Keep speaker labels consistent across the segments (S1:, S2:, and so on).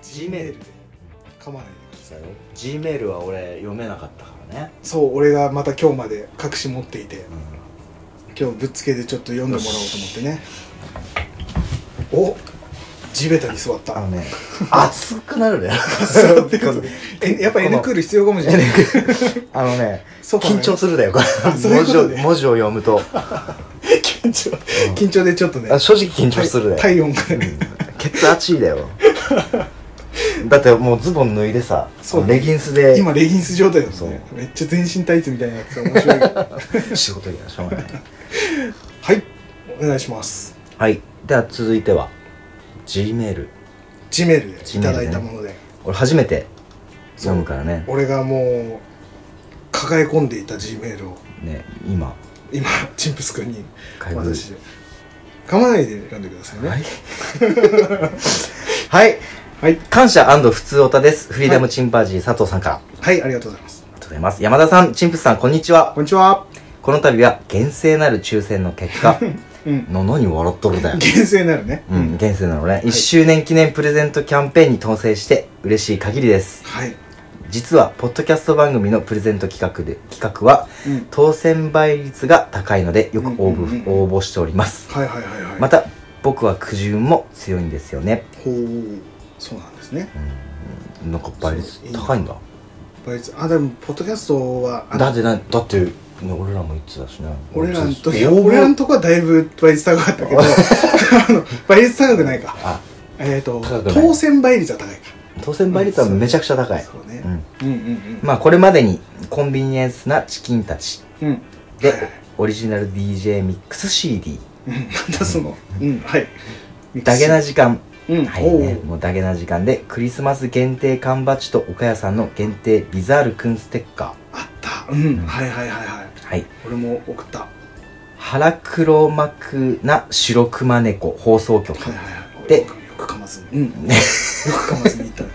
S1: G メールで構わないで
S2: 来たよ
S3: G メールは俺読めなかったからね、
S1: そう俺がまた今日まで隠し持っていて
S3: う
S1: 今日ぶっつけでちょっと読んでもらおうと思ってねお地べたに座
S3: ん、
S1: っ
S3: あ
S1: た
S3: のね 熱くなるね
S1: 座っ てことえやっぱ N クール必要かもしれない
S3: あのね
S1: ソファー
S3: 緊張するだよこれ
S1: あそうい
S3: 文
S1: うこ
S3: 字
S1: と
S3: を
S1: ね
S3: 文字を読むと
S1: 緊張緊張でちょっとね
S3: あ正直緊張するね、
S1: 体体温が
S3: うん血圧いだ よだってもうズボン脱いでさ
S1: そう
S3: レギンスで
S1: 今レギンス状態ですね
S3: そ
S1: めっちゃ全身タイツみたいなやつ面白 い
S3: 仕事着だしょうがない
S1: はいお願いします
S3: はいでは続いては G メール
S1: G メールで
S3: Gmail
S1: いただいたもので
S3: 俺初めて読むからね
S1: 俺がもう抱え込んでいた G メールを
S3: ね今
S1: 今チンプス君に
S3: 開封
S1: 私で噛まないで読んでくださいね
S3: はい、 はい、
S1: はい、
S3: 感謝普通おたですフリーダムチンパンジー佐藤さんから、あり
S1: はい、ありがとうございます
S3: がとうございます山田さんチンプスさんこんにちは
S1: こんにちは
S3: この度は厳正なる抽選の結 果
S1: うん
S3: の何笑っとるだよ
S1: 厳正なるね
S3: うん、現世なのね、1周年記念プレゼントキャンペーンに当選して嬉しい限りです
S1: はい
S3: 実はポッドキャスト番組のプレゼント企画で企画は
S1: うん
S3: 当選倍率が高いのでよく応
S1: うんうん
S3: 募,、
S1: うん
S3: 応募しております
S1: はいはいはいはい
S3: また僕は苦渋も強いんですよね
S1: ほうそうなんですね
S3: うんなんか倍率高いんだ
S1: 倍率あでもポッドキャストはあの
S3: だってなだって、ね、俺らも言ってたしね
S1: 俺らのと
S3: 応
S1: き
S3: 募
S1: 俺らのとこはだいぶ倍率高かったけど あの倍率高くないか
S3: あ
S1: えっ、と
S3: 高くない
S1: 当選倍率は高いか
S3: 当選倍率はめちゃくちゃ高い、
S1: そうね
S3: うん、
S1: うんうん
S3: まあこれまでにコンビニエンスなチキンたち
S1: うんうん
S3: で
S1: はいはい
S3: オリジナル DJ ミックス CD
S1: うんなんだそのうんはい
S3: ダゲな時間
S1: うん
S3: はい
S1: おう
S3: ねもうダゲな時間でクリスマス限定缶バッジと岡谷さんの限定ビザールくんステッカ
S1: あったうんはいはいはいはい
S3: ーはい
S1: 俺も送ったは
S3: 腹黒幕な白熊猫放送局
S1: いはいはい
S3: で
S1: よくかまずにうんよくかまずにい ったね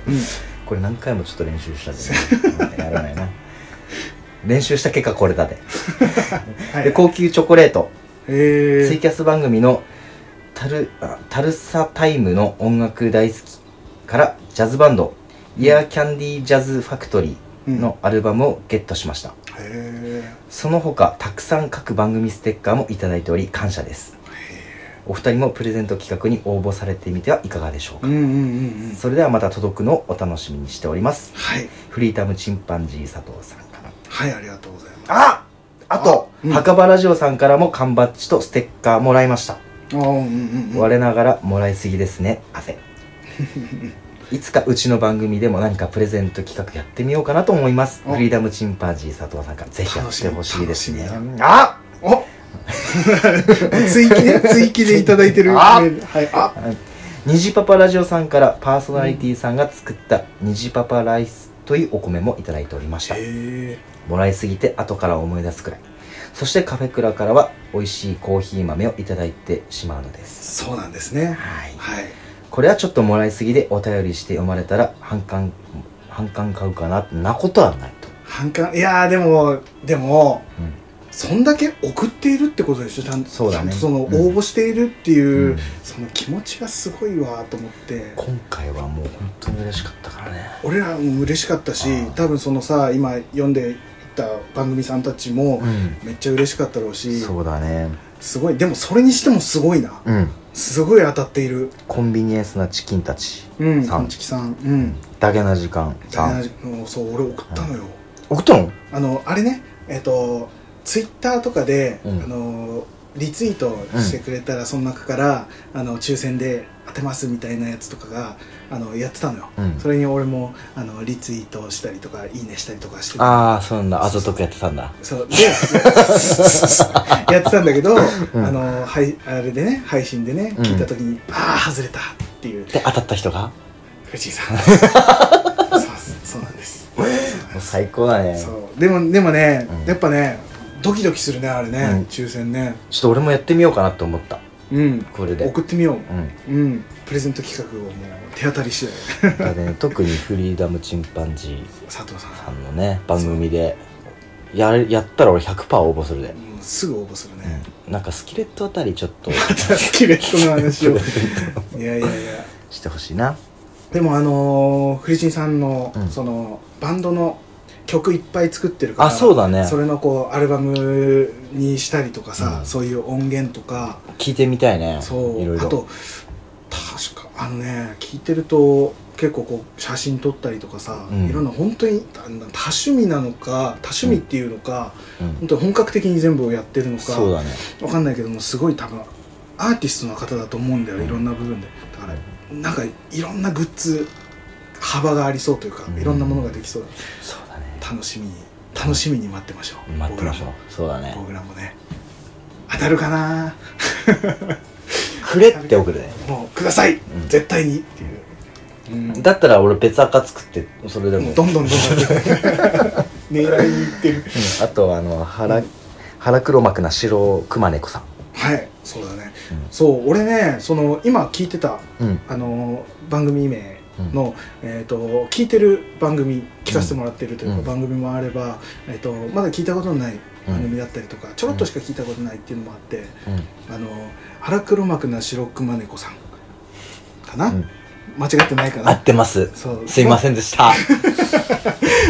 S3: これ何回もちょっと練習した けどやらないな練習した結果これだで
S1: は
S3: で高級チョコレート
S1: へ
S3: ツイ
S1: え
S3: キャス番組のタルあタルサタイムの音楽大好きからジャズバンドイヤーキャンディージャズファクトリーのアルバムをゲットしました、
S1: へえ
S3: その他たくさん各番組ステッカーもいただいており感謝ですお二人もプレゼント企画に応募されてみてはいかがでしょう
S1: う
S3: か、
S1: んうんうんうん
S3: それではまた届くのをお楽しみにしております
S1: はい
S3: フリータムチンパンジー佐藤さんから
S1: はいありがとうございます
S3: ああと
S1: あうん
S3: 墓場ラジオさんからも缶バッジとステッカーもらいました
S1: ああうんうんうん
S3: 我ながらもらいすぎですね汗 いつかうちの番組でも何かプレゼント企画やってみようかなと思います
S1: お
S3: フリーダムチンパンジー佐藤さんからぜひやってほしいですね
S1: 楽し
S3: あ
S1: お追記 ね追記でいただいてる
S3: あ
S1: メールはいあ
S3: 虹パパラジオさんからパーソナリティさんが作った虹パパライスというお米もいただいておりました
S1: へ
S3: もらいすぎて後から思い出すくらいそしてカフェクラからは美味しいコーヒー豆をいただいてしまうのです
S1: そうなんですね
S3: はい
S1: はい
S3: これはちょっともらいすぎでお便りして読まれたら反感反感買うかななことはないと
S1: 反感いやーでもでも、
S3: うん
S1: そんだけ送っているってことでしょちゃん
S3: そうだね
S1: ちゃんとその応
S3: うん
S1: 募しているっていう、
S3: うん
S1: その気持ちがすごいわと思って
S3: 今回はもう本当に嬉しかったからね
S1: 俺らも嬉しかったし
S3: あー
S1: 多分そのさ今読んでいった番組さんたちも
S3: うん
S1: めっちゃ嬉しかったろうし、
S3: そうだね
S1: すごいでもそれにしてもすごいな
S3: うん
S1: すごい当たっている
S3: コンビニエンスなチキンたち
S1: うん
S3: さん
S1: んちきさんうん
S3: だけな時間さ
S1: 大
S3: ん
S1: 事なもうそう俺送ったのよ、
S3: 送ったの
S1: あのあれねえっ、とツイッターとかで、
S3: うん
S1: あのリツイートしてくれたら、その中からあの抽選で当てますみたいなやつとかがあのやってたのよ、
S3: うん
S1: それに俺もあのリツイートしたりとかいいねしたりとかしてた
S3: ああそうなんだあざとくやってたんだ
S1: そうで やってたんだけど、あのはいあれでね配信でね
S3: うん
S1: 聞いた時に、ああ外れたっていう
S3: で当たった人が
S1: 藤井 さんそうそうなんです
S3: もう最高だね
S1: そうでもでもね、
S3: うん
S1: やっぱねドキドキするねあれね、
S3: うん
S1: 抽選ね
S3: ちょっと俺もやってみようかなって思った
S1: うん
S3: これで
S1: 送ってみよ
S3: うん
S1: ううんプレゼント企画をもう手当たり次第
S3: だね 特にフリーダムチンパンジー
S1: 佐藤さ
S3: さんのね番組でやれやったら俺100%応募するで
S1: ん、もうすぐ応募するね、
S3: なんかスキレッ トあたりちょっと
S1: またスキレットの話をいやいやいや
S3: してほしいな
S1: でもあのー、フリチンさんの、
S3: うん
S1: そのバンドの曲いっぱい作ってるから
S3: あそうだね
S1: それのこうアルバムにしたりとかさ、
S3: うん
S1: そういう音源とか
S3: 聞いてみたいね
S1: そう
S3: いろいろ
S1: あと確かあのね聞いてると結構こう写真撮ったりとかさ、
S3: うん
S1: いろんな本当に多多趣味なのか多趣味っていうのか、
S3: うん
S1: 本当に本格的に全部をやってるのか
S3: そうだね
S1: わかんないけどもすごい多分アーティストの方だと思うんだよ、
S3: うん
S1: いろんな部分でだからなんかいろんなグッズ幅がありそうというか、
S3: うん
S1: いろんなものができそう
S3: そうだね
S1: 楽しみに楽しみに待ってましょう
S3: 待ってましょうそうだね
S1: 僕らも僕らもね当たる かな
S3: くれって送るね
S1: もうください、
S3: うん
S1: 絶対にっていう、うん
S3: だったら俺別アカ作ってそれでも、
S1: どんどん どんどん狙いにいってる
S3: うんあとあの腹腹黒幕な白熊猫さん
S1: はいそうだね、
S3: うん
S1: そう俺ねその今聞いてた
S3: うん
S1: あの番組名の、えー、と聞いてる番組聞かせてもらってるというか、
S3: うん
S1: 番組もあれば、えー、とまだ聞いたことのない番組だったりとか、ちょろっとしか聞いたことないっていうのもあって、あの腹黒幕な白熊猫さんかな、
S3: うん
S1: 間違ってないか
S3: 合
S1: な
S3: ってます
S1: そう
S3: すいま
S1: ん
S3: せんで した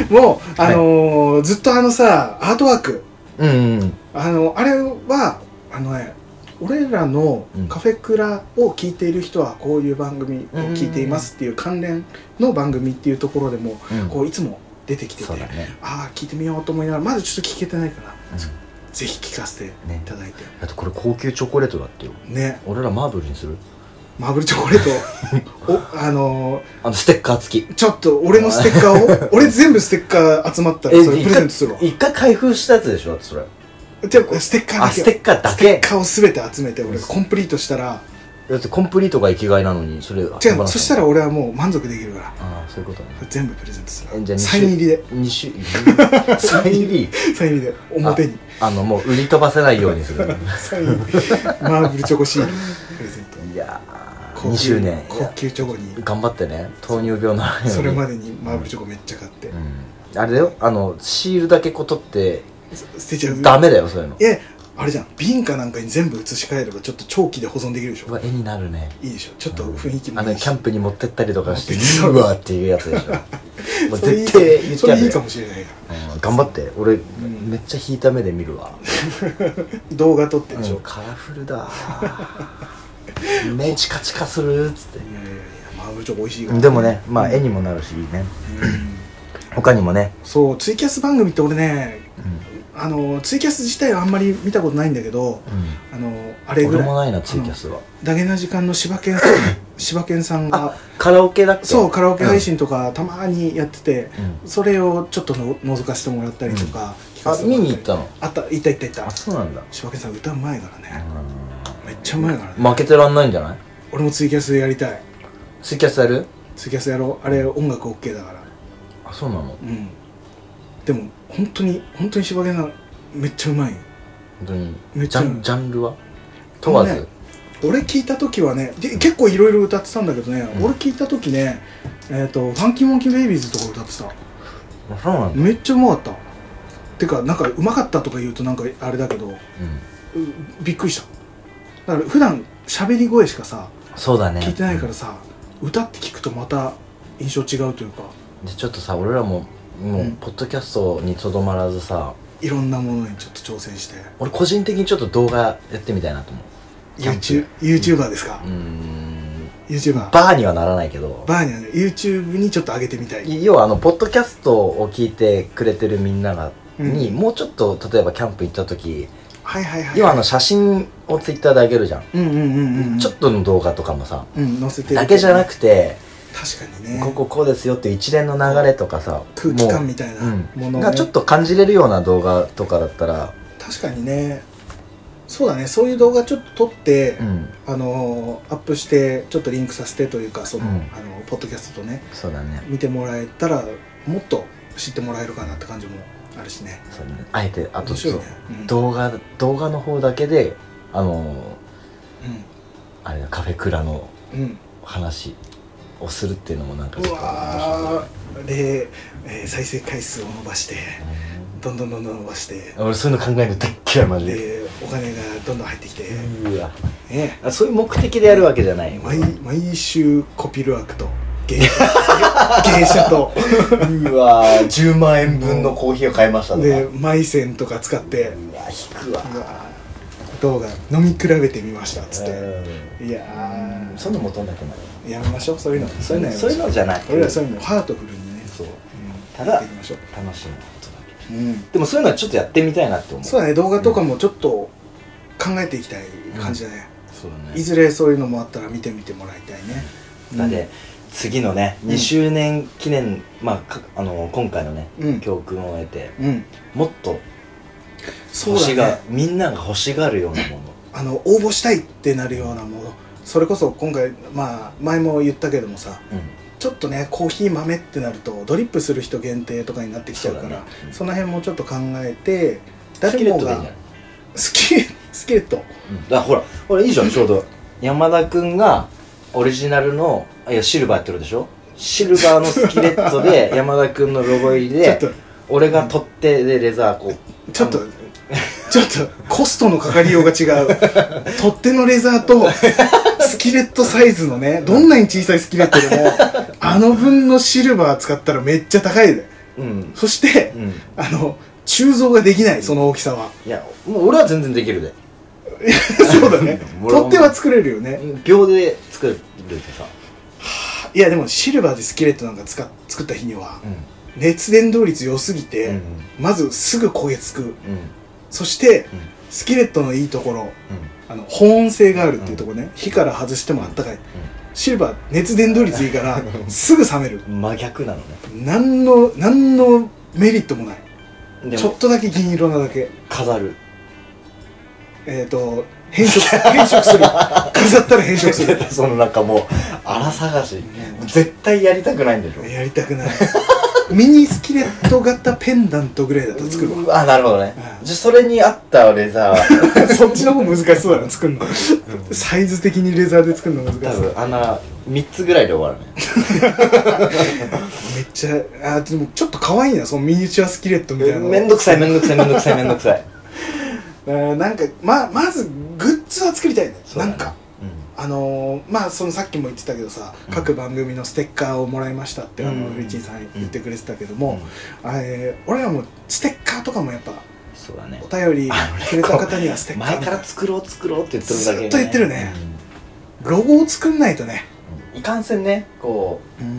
S1: もう、あのーずっとあのさアートワーク
S3: うんうん
S1: あのあれはあのね俺らの
S3: うん
S1: カフェクラを聞いている人はこういう番組を聞いていますっていう関連の番組っていうところでも
S3: うん
S1: こういつも出てきてて、
S3: そうだね
S1: ああ聞いてみようと思いながらまだちょっと聞けてないから、
S3: うん
S1: ぜひ聞かせてい
S3: ね
S1: ただいて
S3: あとこれ高級チョコレートだってよ
S1: ね
S3: 俺らマーブルにする
S1: マーブルチョコレ ートおあの
S3: あのステッカー付き
S1: ーちょっと俺のステッカ ーを俺全部ステッカー集まったらそれプレゼントするわ
S3: 一回開封したやつでしょだってそれ
S1: じゃあステッカーだ
S3: あ
S1: け
S3: ステッカーだ
S1: ステ
S3: け
S1: ッカーを全て集めて俺コンプリートしたら
S3: だってコンプリートが生きがいなのにそれ違う
S1: 違うそしたら俺はもう満足できるから
S3: ああそういうことね
S1: 全部プレゼントす
S3: じゃ
S1: る
S3: あ
S1: サイン入りで
S3: 2種サイン入 り
S1: サイン入りで表に
S3: あのもう売り飛ばせないようにする
S1: サイン入りマーブルチョコシールプレゼント
S3: いやー
S1: 高
S3: 2
S1: 級
S3: 周年い
S1: 高
S3: や
S1: 級チョコに
S3: 頑張ってね糖尿病ならないように
S1: それまでにマーブルチョコめっちゃ買って
S3: うんあれだよあのシールだけこう取って
S1: 捨てちゃう
S3: ダメだよそういうの
S1: いやあれじゃん瓶かなんかに全部移し替えればちょっと長期で保存できるでし
S3: う
S1: ょ
S3: わ絵になるね
S1: いいでしょちょっと雰囲気も
S3: あの
S1: いい
S3: キ
S1: し
S3: ャンプに持ってったりと か
S1: 持って
S3: し
S1: き
S3: て
S1: た
S3: うわーっていうやつ でしょもう
S1: それいい
S3: 絶
S1: かも
S3: 対言っ
S1: そ
S3: てや
S1: れ
S3: る
S1: い
S3: よ
S1: いかもしれないな
S3: うん頑張って俺
S1: ん
S3: めっちゃ引いた目で見るわ
S1: 動画撮ってるでし
S3: うん
S1: ょ
S3: カラフル だ目チカチカするっつって
S1: いやいやいやマーブルチョコ美味しいから
S3: でもねまあ絵
S1: に
S3: にもなるしいいね他にもね
S1: そうツイキャス番組って俺ねあのツイキャス自体はあんまり見たことないんだけど
S3: うん
S1: あのあれぐ
S3: 俺
S1: らい
S3: もないなツイキャスは
S1: ダゲな時間の柴 犬さん柴犬さんが
S3: あカラオケだっけ
S1: そうカラオケ配信とかたまにやってて、
S3: うん
S1: それをちょっとの覗かせてもらったりとか、聞か
S3: あ
S1: せて
S3: 見
S1: もら
S3: に行
S1: り
S3: ったの
S1: あった行った行った行
S3: あ
S1: った
S3: そうなんだ
S1: 柴犬さん歌うまいからね、めっちゃうまいからね、
S3: 負けてらんないんじゃない
S1: 俺もツイキャスやりたい
S3: ツイキャスやる
S1: ツイキャスやろうあれ音楽 OK だから
S3: あそうなの
S1: うんでも本当に本当に柴犬さんめっちゃうまいよ
S3: 本当に
S1: めっ
S3: ジ
S1: ちゃ
S3: ャンジャンルは問わ
S1: あの
S3: ず
S1: ね俺聞いた時はねで結構いろいろ歌ってたんだけどね、
S3: うん
S1: 俺聞いた時ねえっ、とファンキーモンキーベイビーズとか歌ってた
S3: あそうなんだ
S1: めっちゃうまかったてかなんかうまかったとか言うとなんかあれだけどう
S3: うん
S1: びっくりしただから普段喋り声しかさ
S3: そうだね
S1: 聞いてないからさ、歌って聞くとまた印象違うというか
S3: でちょっとさ俺らもも
S1: う
S3: うんポッドキャストにとどまらずさ
S1: いろんなものにちょっと挑戦して
S3: 俺個人的にちょっと動画やってみたいなと思う
S1: YouTube YouTuber ですか
S3: う、ーん
S1: YouTuber
S3: バーにはならないけど
S1: バーニャね YouTube にちょっと上げてみたい
S3: 要はあのポッドキャストを聞いてくれてるみんなが、
S1: うん
S3: にもうちょっと例えばキャンプ行った時
S1: はいはいはい
S3: 今あの写真をツイッターであげるじゃん、
S1: うんうんうんうん
S3: ちょっとの動画とかもさ
S1: うん載せてる
S3: だけじゃなくて、
S1: 確かにね
S3: こここうですよっていう一連の流れとかさ
S1: 空気感
S3: も
S1: みたいな
S3: う、う
S1: も
S3: ん、
S1: のをね
S3: がちょっと感じれるような動画とかだったら
S1: 確かにねそうだねそういう動画ちょっと撮って、
S3: うん
S1: あのーアップしてちょっとリンクさせてというかその、
S3: うん
S1: あのポッドキャストとね
S3: そうだね
S1: 見てもらえたらもっと知ってもらえるかなって感じもあるしね
S3: そうねあえてあと
S1: 面
S3: そ
S1: 白
S3: う、
S1: いねうん
S3: 動画動画の方だけであのあれだカフェクラの
S1: うん、うん
S3: 話をするっていうのもなんか
S1: う
S3: ちょっと
S1: わーで、えー再生回数を伸ばしてどんどんどんどん伸ばして
S3: 俺そういうの考えるの大っ嫌いマジで、
S1: でお金がどんどん入ってきて、
S3: うわ
S1: ね
S3: あそういう目的でやるわけじゃない
S1: 毎毎週コピルアクと芸者芸 者と
S3: うわー10万円分のコーヒーを買いましたね
S1: でマイセンとか使って
S3: うわ引くわ
S1: うわ動画飲み比べてみましたっつって
S3: う
S1: いや
S3: んそういうの求めてない
S1: ーやめましょうそういうのそういうのやめましょ
S3: そういうのじゃない
S1: 俺らそういうのハートフルにね
S3: そう
S1: うん
S3: ただ
S1: やっていきましょう
S3: 楽しむことだけ
S1: うん
S3: でもそういうのはちょっとやってみたいなって思う
S1: そうだね動画とかもちょっと考えていきたい感じだね、
S3: そうだ
S1: いずれそういうのもあったら見てみてもらいたいね
S3: なんで、次のね
S1: うん
S3: 2周年記念、まあかあの今回のね、
S1: うん
S3: 教訓を得て
S1: うん、
S3: もっと
S1: そう
S3: 星
S1: だ
S3: が、
S1: ね
S3: みんなが欲しがるようなもの
S1: あの応募したいってなるようなものそれこそ今回まあ前も言ったけどもさちょっとねコーヒー豆ってなるとドリップする人限定とかになってきちゃうからそ
S3: そうだねうん
S1: の辺もちょっと考えて
S3: スキレットでいいんじゃ
S1: が
S3: ない、
S1: スキスケート
S3: うん、だほらほらいいじゃ んちょうど山田君がオリジナルのあいやシルバーやってるでしょシルバーのスキレット で山田君のロゴ入り
S1: ちょっ
S3: で
S1: と
S3: 俺が取っ手でレザーこう
S1: ちょっと ちょっとコストのかかりようが違 う取っ手のレザーとスキレットサイズのねどんなに小さいスキレットでもあの分のシルバー使ったらめっちゃ高いで
S3: うん
S1: そして
S3: うん
S1: あの鋳造ができないその大き さは
S3: いやもう俺は全然できるで
S1: そうだね
S3: うん
S1: 取っ手は作れるよね
S3: 秒で作るってさ、
S1: いやでもシルバーでスキレットなんか使っ作った日には
S3: うん
S1: 熱伝導率良すぎて、
S3: うん
S1: まずすぐ焦げつく
S3: うん
S1: そして
S3: うん
S1: スキレットのいいところあの保温性があるっていうところね、火から外してもあったかいシルバー熱伝導率いいからすぐ冷める
S3: うん真逆なのね
S1: 何の何のメリットもない
S3: で
S1: ちょっ
S3: も
S1: とだけ銀色なだけ
S3: 飾る
S1: えっ、と変色変色する飾ったら変色する
S3: そのなんかもう荒探し絶対やりたくないんでしょ
S1: やりたくない ミニスキレット型ペンダントぐらいだと作るわ
S3: うわなるほどね
S1: うん
S3: じゃあそれに合ったレザーは
S1: そっちの方難しそうだな作るのサイズ的にレザーで作るの難し
S3: 多
S1: そう
S3: 分穴3つぐらいで終わるね
S1: めっちゃあでもちょっと可愛いなそのミニチュアスキレットみたいなの
S3: めんどくさいめんどくさいめんどくさいめんどくさい
S1: あーなんかままずグッズは作りたいね
S3: そう
S1: な
S3: だね
S1: んかあのーまあそのさっきも言ってたけどさ、
S3: うん
S1: 各番組のステッカーをもらいましたって、あの
S3: うん
S1: フリチンさん言ってくれてたけども
S3: も、
S1: えー俺らもステッカーとかもやっぱ
S3: そうだね
S1: お便り
S3: あのね
S1: くれた方にはステッカー
S3: 前から作ろう作ろうって言ってるだけ
S1: ずっと言ってるねロゴを作んないとね、
S3: うんいかんせんねこ
S1: うん、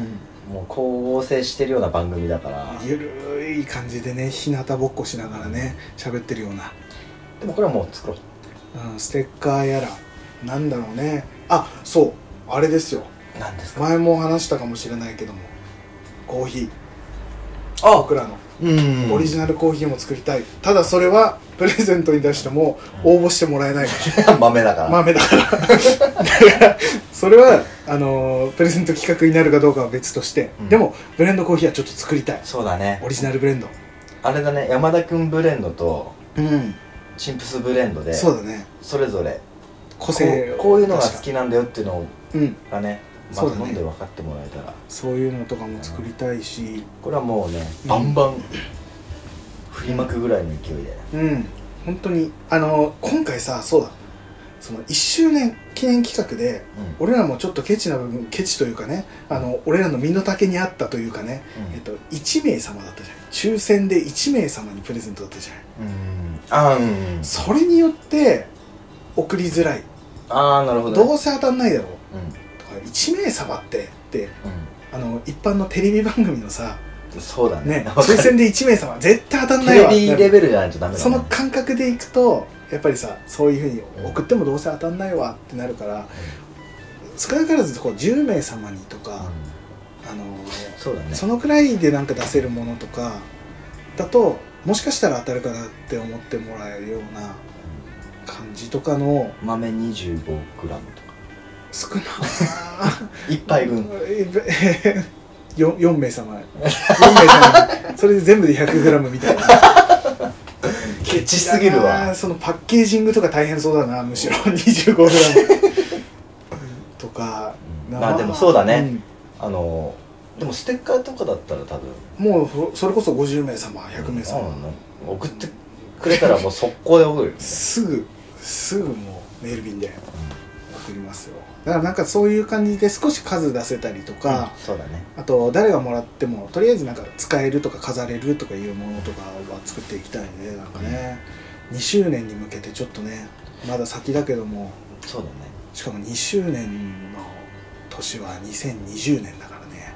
S3: うもう光合成してるような番組だから
S1: ゆるい感じでね日向ぼっこしながらね喋ってるような、
S3: でもこれはもう作ろう
S1: うん、ステッカーやらなんだろうねあそうあれですよ
S3: なんです
S1: 前も話したかもしれないけどもコーヒー
S3: あ
S1: 僕らの
S3: うん
S1: オリジナルコーヒーも作りたい、ただそれはプレゼントに出しても応募してもらえない か
S3: 豆だからら、
S1: 豆だからだからそれはあのープレゼント企画になるかどうかは別として、
S3: うん
S1: でもブレンドコーヒーはちょっと作りたい
S3: そうだね
S1: オリジナルブレンド
S3: あれだね山田君ブレンドと
S1: うん
S3: チンプスブレンドで
S1: そ
S3: そ
S1: うだね
S3: れぞれ
S1: 個性
S3: こ
S1: を
S3: うこういうのが好
S1: 確か
S3: きなんだよっていうの
S1: うん
S3: がねま
S1: そう
S3: ず
S1: だね
S3: 飲んで分かってもらえたら、
S1: そういうのとかも作りたいし
S3: これはもうね
S1: うん
S3: バンバン振りまくぐらいの勢いで
S1: うん本当にあのー今回さそうだその1周年記念企画で
S3: うん
S1: 俺らもちょっとケチな部分ケチというかねあの俺らの身の丈に合ったというかね、えっと、1名様だったじゃない抽選で1名様にプレゼントだったじゃない
S3: うんあーうん
S1: それによって送りづらい
S3: あーなるほど
S1: ど
S3: ね
S1: うせ当たんないだろう
S3: うん
S1: とか1名様ってってあの一般のテレビ番組のさ、
S3: うんそうだね
S1: ね、抽選で1名様絶対当たん
S3: テ
S1: ない
S3: レ
S1: わ
S3: ビレベルじゃないとダメだね
S1: その感覚でいくとやっぱりさそういうふうに送ってもどうせ当たんないわってなるから少なからずこう10名様にと
S3: う
S1: か、
S3: ん
S1: あの
S3: そうだね
S1: そのくらいでなんか出せるものとかだともしかしたら当たるかなって思ってもらえるような感じとかの
S3: 豆 25g とか
S1: 少な
S3: 一杯 分
S1: 4, 4名様4名様にそれで全部で 100g みたいな
S3: ケチすぎる
S1: あ
S3: わ
S1: ーそのパッケージングとか大変そうだなむしろ 25g とかな
S3: まあでもそうだね、あのでもステッカーとかだったら多分
S1: うんもうそそれこそ50名様100名様、
S3: うん送ってくれたらもう速攻で送るよ
S1: すぐすぐもうメール便で作りますよだからなんかそういう感じで少し数出せたりとか、
S3: そうだね
S1: あと誰がもらってもとりあえずなんか使えるとか飾れるとかいうものとかは作っていきたいねなんかね、2周年に向けてちょっとねまだ先だけども
S3: そうだね
S1: しかも2周年の年は2020年だからね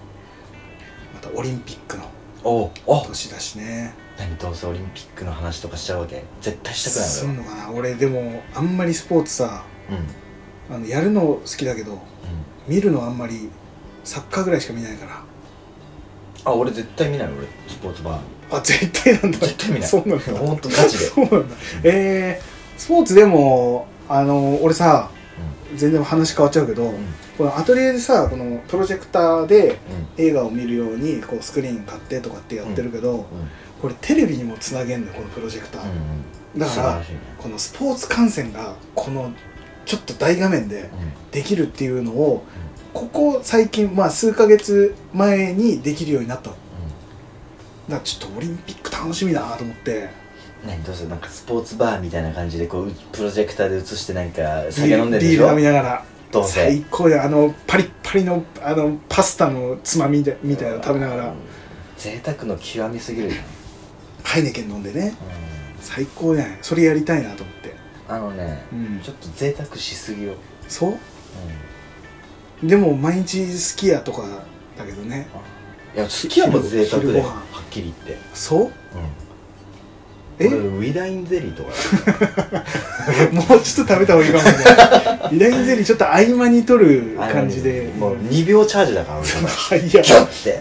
S1: またオリンピックの
S3: おうお
S1: 年だしね
S3: 何どうせオリンピックの話とかしちゃうわけ絶対した
S1: す
S3: く
S1: ん
S3: ない
S1: のかな俺でもあんまりスポーツさ
S3: のよ
S1: あのやるの好きだけど
S3: うん、うん、
S1: 見るのあんまりサッカーぐらいしか見ないから
S3: あ俺絶対見ない俺スポーツバー
S1: あ絶対なんだ
S3: 絶対見ない
S1: そうなんだ
S3: ほんとガチで
S1: そうなんだえー、スポーツでもあの俺さ全然話変わっちゃうけど、
S3: うん
S1: このアトリエでさこのプロジェクターで
S3: うん
S1: 映画を見るようにこうスクリーン買ってとかってやってるけど、
S3: うん
S1: これテレビにもつなげんのよこのプロジェクター、
S3: うんうん
S1: だ
S3: 素
S1: か
S3: 晴
S1: ら
S3: らしいね
S1: このスポーツ観戦がこのちょっと大画面でできるっていうのをここ最近まあ数ヶ月前にできるようになった
S3: う
S1: のだからちょっとオリンピック楽しみだなと思って
S3: ん何どうせなんかスポーツバーみたいな感じでこうプロジェクターで映してなんか
S1: ビ
S3: 酒飲
S1: ー
S3: ん
S1: ル
S3: でるでし
S1: ビール飲み
S3: ょ
S1: ながら
S3: どうせ
S1: 最高であのパリッパリのあのパスタのつまみでみたいなの食べなが
S3: う
S1: ら
S3: ん贅沢の極みすぎるじゃん
S1: ハイネケン飲んでね最高じゃないそれやりたいなと思って、
S3: あのね
S1: うん
S3: ちょっと贅沢しすぎよ
S1: そうでも毎日好きやとかだけどね
S3: いや好きはもう贅沢だよ
S1: 昼ご飯
S3: はっきり言って
S1: そうえ
S3: え俺ウィダインゼリーとか
S1: もうちょっと食べた方がいいかもねイラインゼリーちょっと合間に取る感じで
S3: もう2秒チャージだから俺
S1: そのはいや
S3: キャッて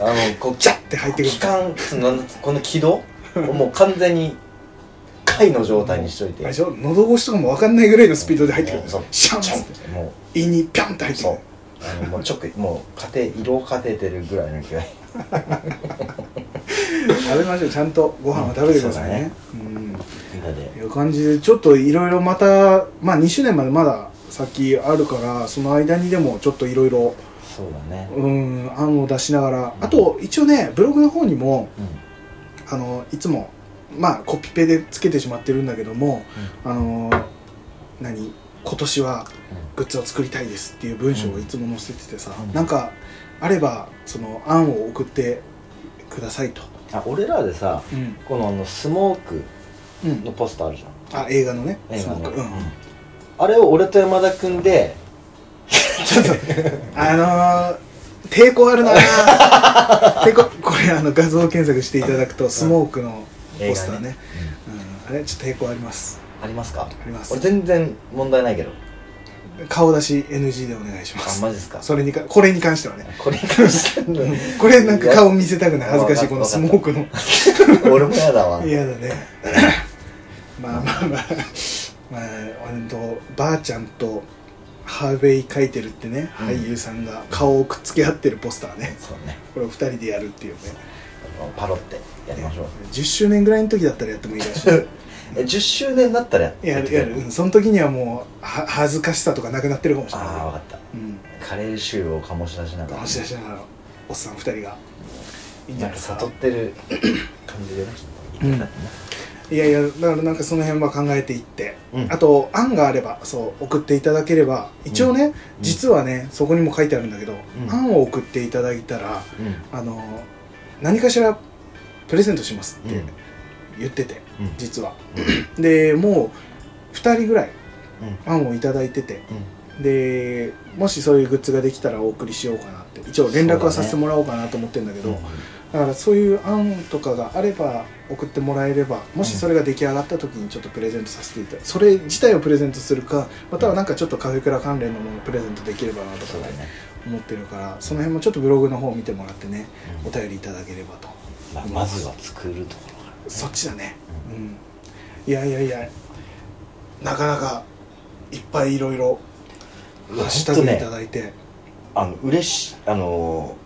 S3: あのこうキャッ
S1: って入ってくる
S3: 気管そのこの軌道をもう完全に貝の状態にしといて
S1: あれでしょ喉越しとかも分かんないぐらいのスピードで入ってくる
S3: そう
S1: シャン
S3: チ
S1: っ
S3: ャン
S1: つって
S3: っても
S1: 胃にピャンって
S3: う
S1: 入ってく
S3: そう
S1: る
S3: あのもう直もう家庭医療カテーテルぐらいの気が
S1: 食べましょうちゃんとご飯は食べてくださいねうん
S3: みんなで
S1: いう感じでちょっといろいろまたまあ2周年までまだ先あるからその間にでもちょっといろいろ
S3: そうだね
S1: うん案を出しながらあと一応ねブログの方にも
S3: うん
S1: あのいつもまあコピペでつけてしまってるんだけどもあの何今年はグッズを作りたいですっていう文章をいつも載せててさ、
S3: うん
S1: なんかあればその案を送ってくださいと、
S3: あ俺らでさ
S1: うん
S3: このあのスモーク
S1: うん
S3: の、ポスターあるじゃん
S1: あ映画のね
S3: 映画の
S1: スモークうん
S3: あれを俺と山田君で
S1: ちょっと、あのー、抵抗あるな ー抵抗、これあの画像検索していただくと、スモークのポスターね。うん、あれちょっと抵抗あります。
S3: ありますか
S1: あります
S3: 俺。全然問題ないけど
S1: 顔出し NG でお願いしま
S3: あ
S1: す。
S3: マジですか
S1: それにか、これに関してはね。
S3: これに関しては
S1: うんこれなんか顔見せたくない恥ずかしいこの
S3: わか
S1: ス
S3: った
S1: モークの
S3: 俺もやだわ
S1: 嫌だねまあまあまあまあ本当ばあちゃんとハーベイ描いてるってね、
S3: うん
S1: 俳優さんが顔をくっつけ合ってるポスターね
S3: そうね
S1: これを2人でやるっていうね
S3: パロってやりましょう
S1: 10周年ぐらいの時だったらやってもい いらしい
S3: え10周年だったらや
S1: や
S3: って
S1: る
S3: くれ
S1: やるうんその時にはもうは恥ずかしさとかなくなってるかもしれ
S3: ああ
S1: な
S3: 分かった
S1: いうん
S3: カレー臭を醸し出しながら
S1: 話し出しながらおっさん2人がいい
S3: な
S1: んじゃ
S3: ん
S1: ない
S3: か
S1: ですか
S3: 悟ってる感じでね
S1: うんいやいやだからなんかその辺は考えていって、
S3: うん
S1: あと案があればそう送っていただければ一応ね、実はねそこにも書いてあるんだけど、
S3: うん
S1: 案を送っていただいたら
S3: うん
S1: あの何かしらプレゼントしますっ
S3: う
S1: て
S3: ん
S1: 言ってて、
S3: うん
S1: 実は、でもう2人ぐらい
S3: うん
S1: 案をいただいてて
S3: うん
S1: でもしそういうグッズができたらお送りしようかなって一応連絡はさせてもらおうかなと思ってるんだけど
S3: うん
S1: だからそういう案とかがあれば送ってもらえればもしそれが出来上がった時にちょっとプレゼントさせていただそれ自体をプレゼントするかまたはなんかちょっとカフェクラ関連のものをプレゼントできればなとか
S3: そうだね
S1: 思ってるからその辺もちょっとブログの方を見てもらってね
S3: う
S1: お
S3: ん
S1: 便りいただければと
S3: ままずは作るところから
S1: そっちだねうんいやいやいやなかなかいっぱいいろいろ
S3: う
S1: ハ
S3: わ
S1: ッ
S3: ほ
S1: シ
S3: ん
S1: ュタ
S3: と
S1: グい
S3: ね
S1: ただいて
S3: あの嬉しいあの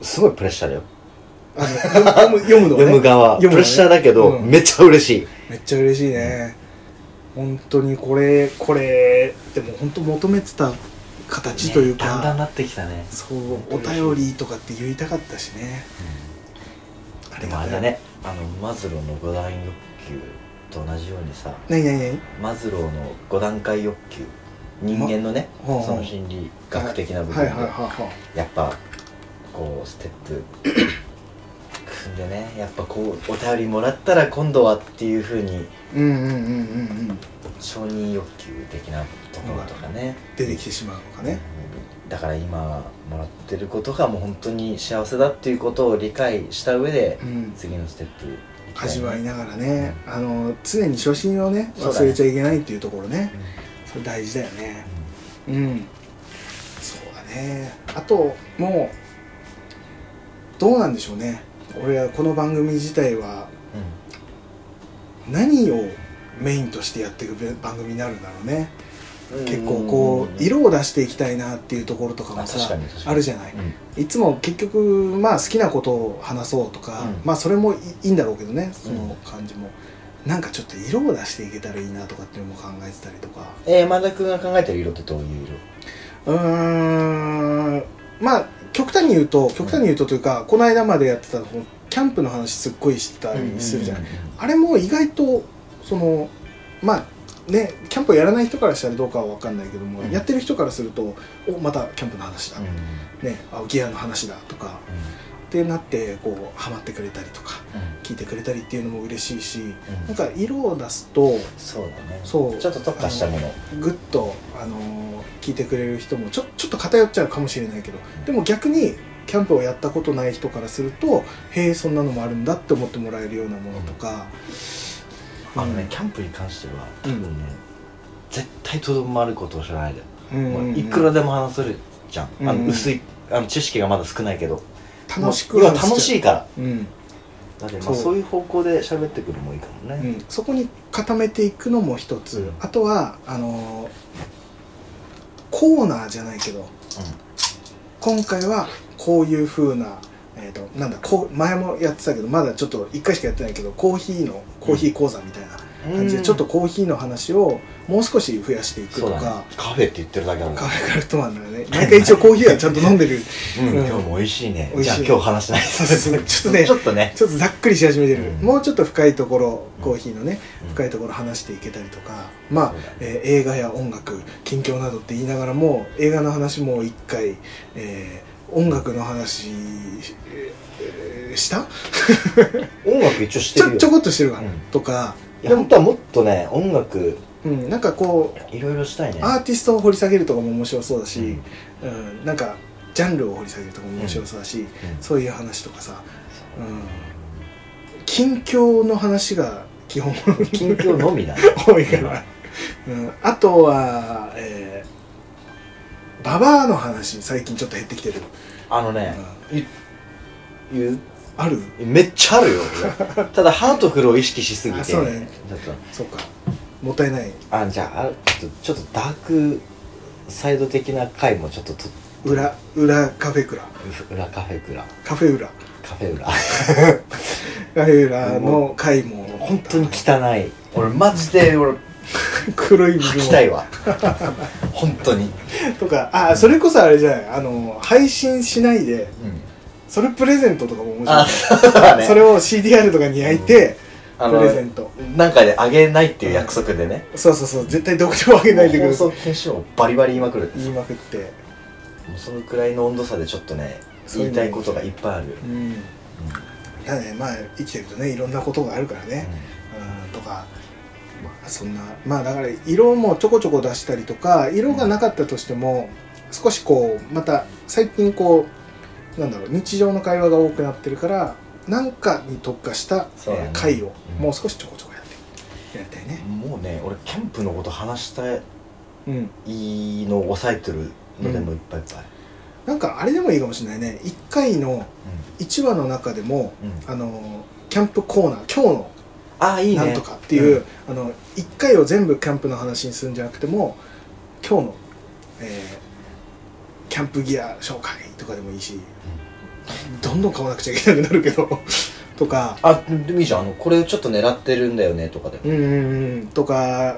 S3: ーすごいプレッシャーだよ
S1: あの読む読むのね
S3: 読む側プレ
S1: 読むのね
S3: ッシャーだけど
S1: うん
S3: めっちゃ嬉しい
S1: めっちゃ嬉しいね本当にこれこれでも本当求めてた形という
S3: ねだんだん
S1: か
S3: なってきたね
S1: そうお便りとかって言いたかったしね
S3: でもあれだねあのマズローの五大欲求と同じようにさ
S1: 何何何
S3: マズローの5段階欲求人間のね、
S1: まほうほう
S3: その心理学的な部
S1: は
S3: 分
S1: い
S3: で、
S1: はいはいは
S3: やっぱこうステップ組んでねやっぱこうお便りもらったら今度はっていうふうに
S1: いうんうんうんうんうん
S3: 承認欲求的なところとかね
S1: 出てきてしまうのかね
S3: うんだから今もらってることがもう本当に幸せだっていうことを理解した上で
S1: うん
S3: 次のステップ行きた
S1: 味わい
S3: ね
S1: ながらね、あの常に初心をね忘れちゃいけないっていうところね
S3: うん
S1: それ大事だよねうんそうだねあともうどうなんでしょうね俺はこの番組自体は
S3: うん
S1: 何をメインとしてやっていく番組になるんだろうね
S3: うん
S1: 結構こう色を出していきたいなっていうところとかも
S3: あ確か
S1: さ
S3: に確かに
S1: あるじゃない
S3: うんうん
S1: いつも結局まあ好きなことを話そうとか、
S3: うん
S1: まあそれもいいいんだろうけどねその感じも、なんかちょっと色を出していけたらいいなとかっていうのも考えてたりとか
S3: えー、山田君が考えてる色ってどういう色
S1: うーんまあ極端に言うと極端に言うとというか、この間までやってたこのキャンプの話すっごいしてたりするじゃない、
S3: うんうんうん
S1: あれも意外とそのまあねキャンプをやらない人からしたらどうかは分かんないけども、
S3: うん
S1: やってる人からするとおまたキャンプの話だ、
S3: うんうん
S1: ねあギアの話だとかってなってこうハマってくれたりとか
S3: うん
S1: 聞いてくれたりっていうのも嬉しいし
S3: うん
S1: なんか色を出すと
S3: そうだね
S1: そう
S3: ちょっと特化したもの
S1: ぐっと、あのー聞いてくれる人もちょちょっと偏っちゃうかもしれないけどでも逆にキャンプをやったことない人からするとへえそんなのもあるんだって思ってもらえるようなものとか、
S3: あのねキャンプに関しては
S1: う
S3: 多
S1: ん
S3: 分ね、絶対とどまることを知らないで、
S1: うんうんうん
S3: もういくらでも話せるじゃん、あ
S1: うんう
S3: の
S1: ん
S3: 薄いあの知識がまだ少ないけど
S1: 楽しく
S3: もう要は
S1: 話しちゃう
S3: 楽しいから
S1: うん
S3: だってまあ
S1: そ
S3: そうういう方向で喋ってくるのもいいかも
S1: う
S3: ね、
S1: ん、そこに固めていくのも一つ、
S3: うん
S1: あとはあのーコーナーじゃないけど、今回はこういう風なえー、となんだこう前もやってたけどまだちょっと1回しかやってないけどコーヒーのコーヒー講座みたいな感じで、ちょっとコーヒーの話をもう少し増やしていく
S3: そ
S1: と
S3: うだ
S1: か
S3: ね、カフェって言ってるだけだもん
S1: カフェカルトマンだよね毎回一応コーヒーはちゃんと飲んでる
S3: うん、
S1: うん
S3: 今日も美味しいね
S1: 美味
S3: じゃ
S1: し
S3: あ
S1: い
S3: 今日話しない
S1: そうそうそうちょっと ね
S3: ちょっとね
S1: ちょっとざっくりし始めてる、
S3: うん
S1: もうちょっと深いところコーヒーのね
S3: うん
S1: 深いところ話していけたりとかまあ
S3: そうだね
S1: えー映画や音楽近況などって言いながらも映画の話も一回、えー音楽の話、えーえーした
S3: 音楽一応して
S1: ち
S3: る
S1: ょ
S3: よ
S1: ちょこっとしてるかな、
S3: うん
S1: とか
S3: いや本当はもっとね音楽
S1: うん、なんかこう
S3: いろいろしたいね
S1: アーティストを掘り下げるとかも面白そうだし、
S3: うん
S1: うんなんかジャンルを掘り下げるとかも面白そうだし、
S3: うん
S1: そういう話とかさ、うん、近況の話が基本
S3: 近況のみだ ね
S1: 多いから、うん、あとは、えー、ババアの話最近ちょっと減ってきてる、
S3: あのね、い言う
S1: ある
S3: めっちゃあるよ俺ただハートフルを意識しすぎて
S1: あそうね
S3: ちょっ
S1: そうかもったいな
S3: と
S1: い
S3: あじゃああちょっとちょっとダークサイド的な回もちょっとと
S1: 裏裏カフェクラ
S3: 裏カフェクラ
S1: カフ ェ裏
S3: カフェ裏
S1: カフェ裏の回も
S3: 本当に汚い俺マジで俺
S1: 黒い部
S3: 吐きたい
S1: 分
S3: わ本当に、
S1: とかあそれこそあれじゃないあの配信しないで
S3: うん、
S1: それプレゼントとかも面白
S3: あ
S1: い
S3: そうだね
S1: それを CDR とかに焼いて、
S3: あ
S1: プ
S3: の
S1: レゼント
S3: なんかであげないっていう約束でね
S1: そうそうそう絶対どこでもあげないでくだ
S3: 放
S1: さ
S3: 送
S1: い
S3: 禁止をバリバリ言いまくる
S1: 言いまくって
S3: もうそのくらいの温度差でちょっとね
S1: そう
S3: 言
S1: いう
S3: い
S1: の
S3: たいことがいっぱいある、
S1: うんだねまあ生きてるとねいろんなことがあるからね、うんとか、まあ、そんなまあだから色もちょこちょこ出したりとか色がなかったとしても少しこうまた最近こうなんだろう日常の会話が多くなってるから何かに特化した、
S3: そうだね
S1: えー会を
S3: うん
S1: もう少しちょこちょこやってやりたいね
S3: もうね俺キャンプのこと話したい
S1: うん
S3: のを抑えてるのでもいっぱいいっぱい、
S1: なんかあれでもいいかもしれないね1回の1話の中でも
S3: うんうん
S1: あのキャンプコーナー今日の
S3: ああいいね
S1: なんとかっていう、あの1回を全部キャンプの話にするんじゃなくても今日の、えーキャンプギア紹介とかでもいいし、どんどん買わなくちゃいけなくなるけど とか
S3: あでもいいじゃんあのこれちょっと狙ってるんだよねとかでも
S1: うんうんうんとか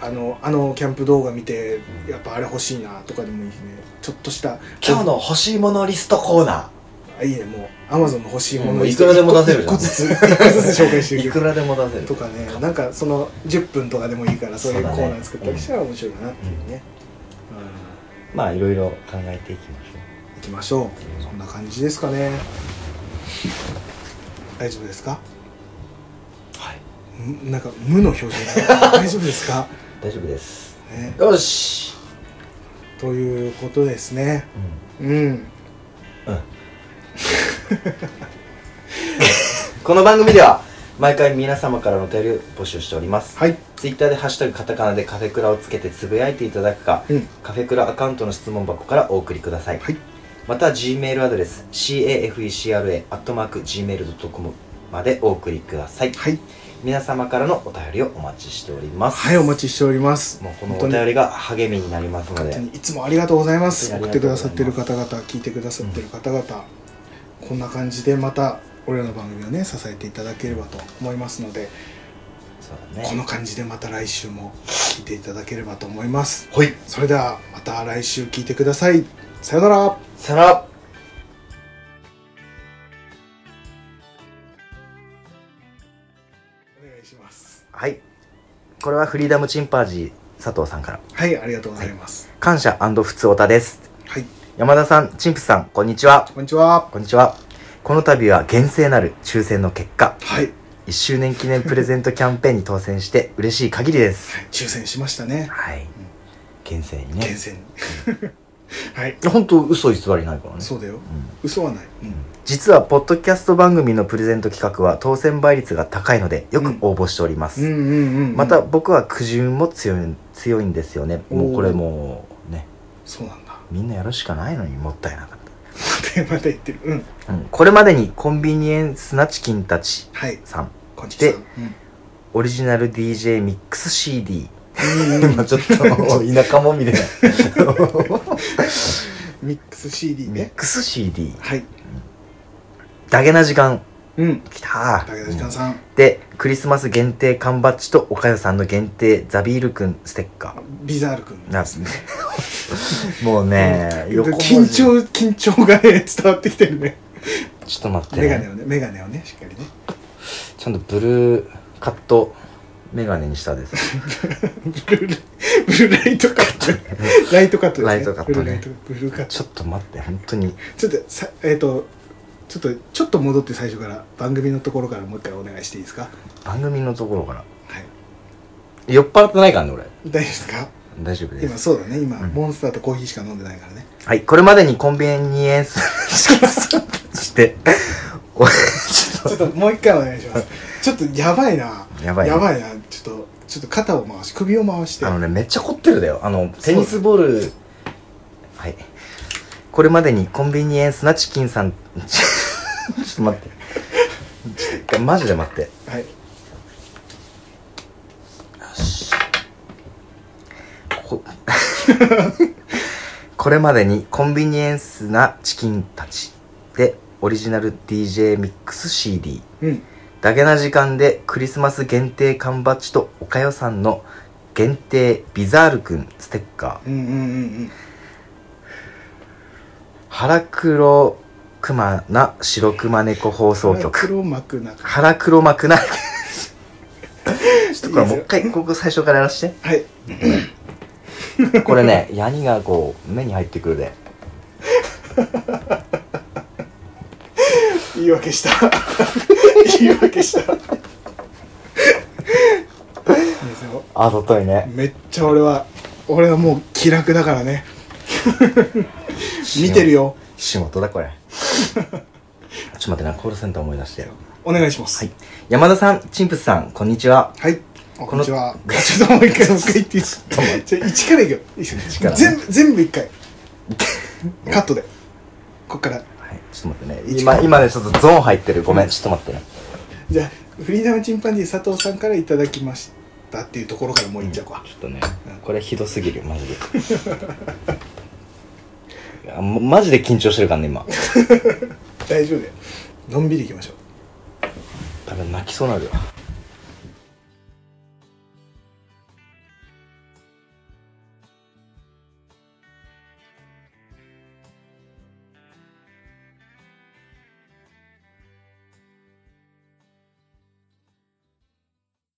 S1: あのあのキャンプ動画見てやっぱあれ欲しいなとかでもいいしねちょっとした
S3: 今日の欲しいものリストコーナ
S1: あいいねもうアマゾンの欲しいも
S3: も
S1: の
S3: ういくらでも出せる
S1: 一
S3: じゃん
S1: 個ずつ一個ずつ紹介してい
S3: い
S1: く
S3: くらでも出せる
S1: とかねなんかその10分とかでもいいからそういうコーナー作ったりしたら面白いなっていうね
S3: まあいろいろ考えていきましょう
S1: うん行きましょうそんな感じですかね大丈夫ですか
S3: はい
S1: んなんか無の表情 大丈夫ですか、
S3: 大丈夫です
S1: ね、
S3: よし
S1: ということですね
S3: う
S1: うん
S3: ん、うん、この番組では毎回皆様からのお便りを募集しております
S1: はい
S3: ツイッターでハッシュタグカタカナでカフェクラをつけてつぶやいていただくか、
S1: うん
S3: カフェクラアカウントの質問箱からお送りください、
S1: はい
S3: また G メールアドレス cafecra.gmail.com までお送りください
S1: はい
S3: 皆様からのお便りをお待ちしております
S1: はいお待ちしております
S3: もうこのお便りが励みになりますの
S1: 本当
S3: で
S1: にいつもありがとうございます
S3: 本当に
S1: 送
S3: あ
S1: っ
S3: りがと
S1: てく
S3: うございます
S1: ださってる方々聞いてくださってる方々、こんな感じでまた俺らの番組をね支えていただければと思いますので、
S3: そうだね
S1: この感じでまた来週も聞いていただければと思います
S3: ほい
S1: それではまた来週聞いてくださいさよなら
S3: さよなら
S1: お願いします
S3: はいこれはフリーダムチンパンジー佐藤さんから
S1: はいありがとうございます
S3: 感謝ふつおたです
S1: はい、
S3: 山田さんチンプさんこんにちは
S1: こんにちは
S3: こんにちは。この度は厳正なる抽選の結果、
S1: はい
S3: 1周年記念プレゼントキャンペーンに当選して嬉しい限りです。
S1: 抽選しましたね
S3: はい。厳正に
S1: 厳
S3: ね。
S1: 選 はい
S3: 本当嘘偽りないからね。
S1: そうだよ
S3: うん
S1: 嘘はない、うん
S3: 実は、ポッドキャスト番組のプレゼント企画は当選倍率が高いので、よく応募しておりま
S1: う
S3: す。
S1: んうんうんうん
S3: また、僕は苦渋も強い、強いんですよね。も
S1: おー
S3: うこれもう、ね、
S1: そうなんだ
S3: みんなやるしかないのにもったいなかっ
S1: またまた言ってるうん
S3: た。うん。これまでにコンビニエンスなチキンたち
S1: はい
S3: さん、
S1: こんにちは
S3: でオリジナル DJ ミックス CD、
S1: うんうん
S3: 今ちょっと田舎もみたいな
S1: ミックス CD
S3: ミッ
S1: ね
S3: クス CD
S1: はい
S3: ダゲな時間
S1: うん
S3: きたー
S1: 武田時間さん
S3: でクリスマス限定缶バッジとおかよさんの限定ザビールくんステッカ
S1: ビザール君
S3: ーなんですねもうね横文字
S1: 緊張緊張がね伝わってきてるね
S3: ちょっと待って、
S1: メガネをねメガネをねしっかりね
S3: ちゃんとブルーカットメガネにしたです
S1: ブルーブルーライトカットライトカットですね
S3: ライトカットね
S1: ブルーライトブルーカッ ト
S3: ちょっと待って本当に
S1: ちょっとさえっとちょっとちょっと戻って最初から番組のところからもう一回お願いしていいですか
S3: 番組のところから
S1: はい
S3: 酔っ払ってないからね俺
S1: 大丈夫ですか
S3: 大丈夫です
S1: 今そうだね今
S3: うん
S1: モンスターとコーヒーしか飲んでないからね
S3: はい、これまでにコンビニエンス して、おちょっ
S1: ちょっともう一回お願いします。ちょっとやばいな。
S3: とやばいね、
S1: やばいな。ちょっと、ちょっと肩を回し、首を回して。
S3: あのね、めっちゃ凝ってるだよ。あの、テニスボール、はい。これまでにコンビニエンスなチキンさん、ち ょちょっと待って。ちょっとマジで待って。
S1: はい。
S3: こここれまでにコンビニエンスなチキンたちで、オリジナル DJ ミックス CD。
S1: うん。
S3: ダゲな時間でクリスマス限定缶バッジとおかよさんの限定ビザールくんステッカー
S1: うんうんうん
S3: 腹黒くまな白熊猫放
S1: う
S3: 送
S1: ん。
S3: 局
S1: 黒幕な感
S3: 腹黒幕なち
S1: じ。
S3: ょっとこれもう一
S1: いい
S3: 回ここ最初からやらして
S1: ですよ。はい。
S3: これね ヤニがこう目に入ってくるで
S1: 言い 訳した。言い訳した。いいですよ
S3: あざといね
S1: めっちゃ俺は、俺はもう気楽だからね。見てるよ。
S3: 仕事だこ れちょっと待ってなコールセンター思い出して
S1: お願いします。
S3: はい山田さんチンプスさんこんにちは
S1: はい。あこ
S3: こ
S1: ん
S3: の
S1: にちは。ちょっともう一回、もう一回言っていいですかじゃあ一からいくよ。いいです
S3: から
S1: か
S3: ね
S1: 全部、全部 一回。カットで。こっから。
S3: はい、ちょっと待ってね。今、今ね、ちょっとゾーン入ってる。ごめん、ちょっと待ってね。
S1: じゃあ、フリーダムチンパンジー佐藤さんからいただきましたっていうところからもういっちゃおうか。
S3: ちょっとね、これひどすぎる、 マジで。いやもマジで緊張してるからね、今。
S1: 大丈夫だよ。のんびりいきましょう。
S3: 多分泣きそうになるよ。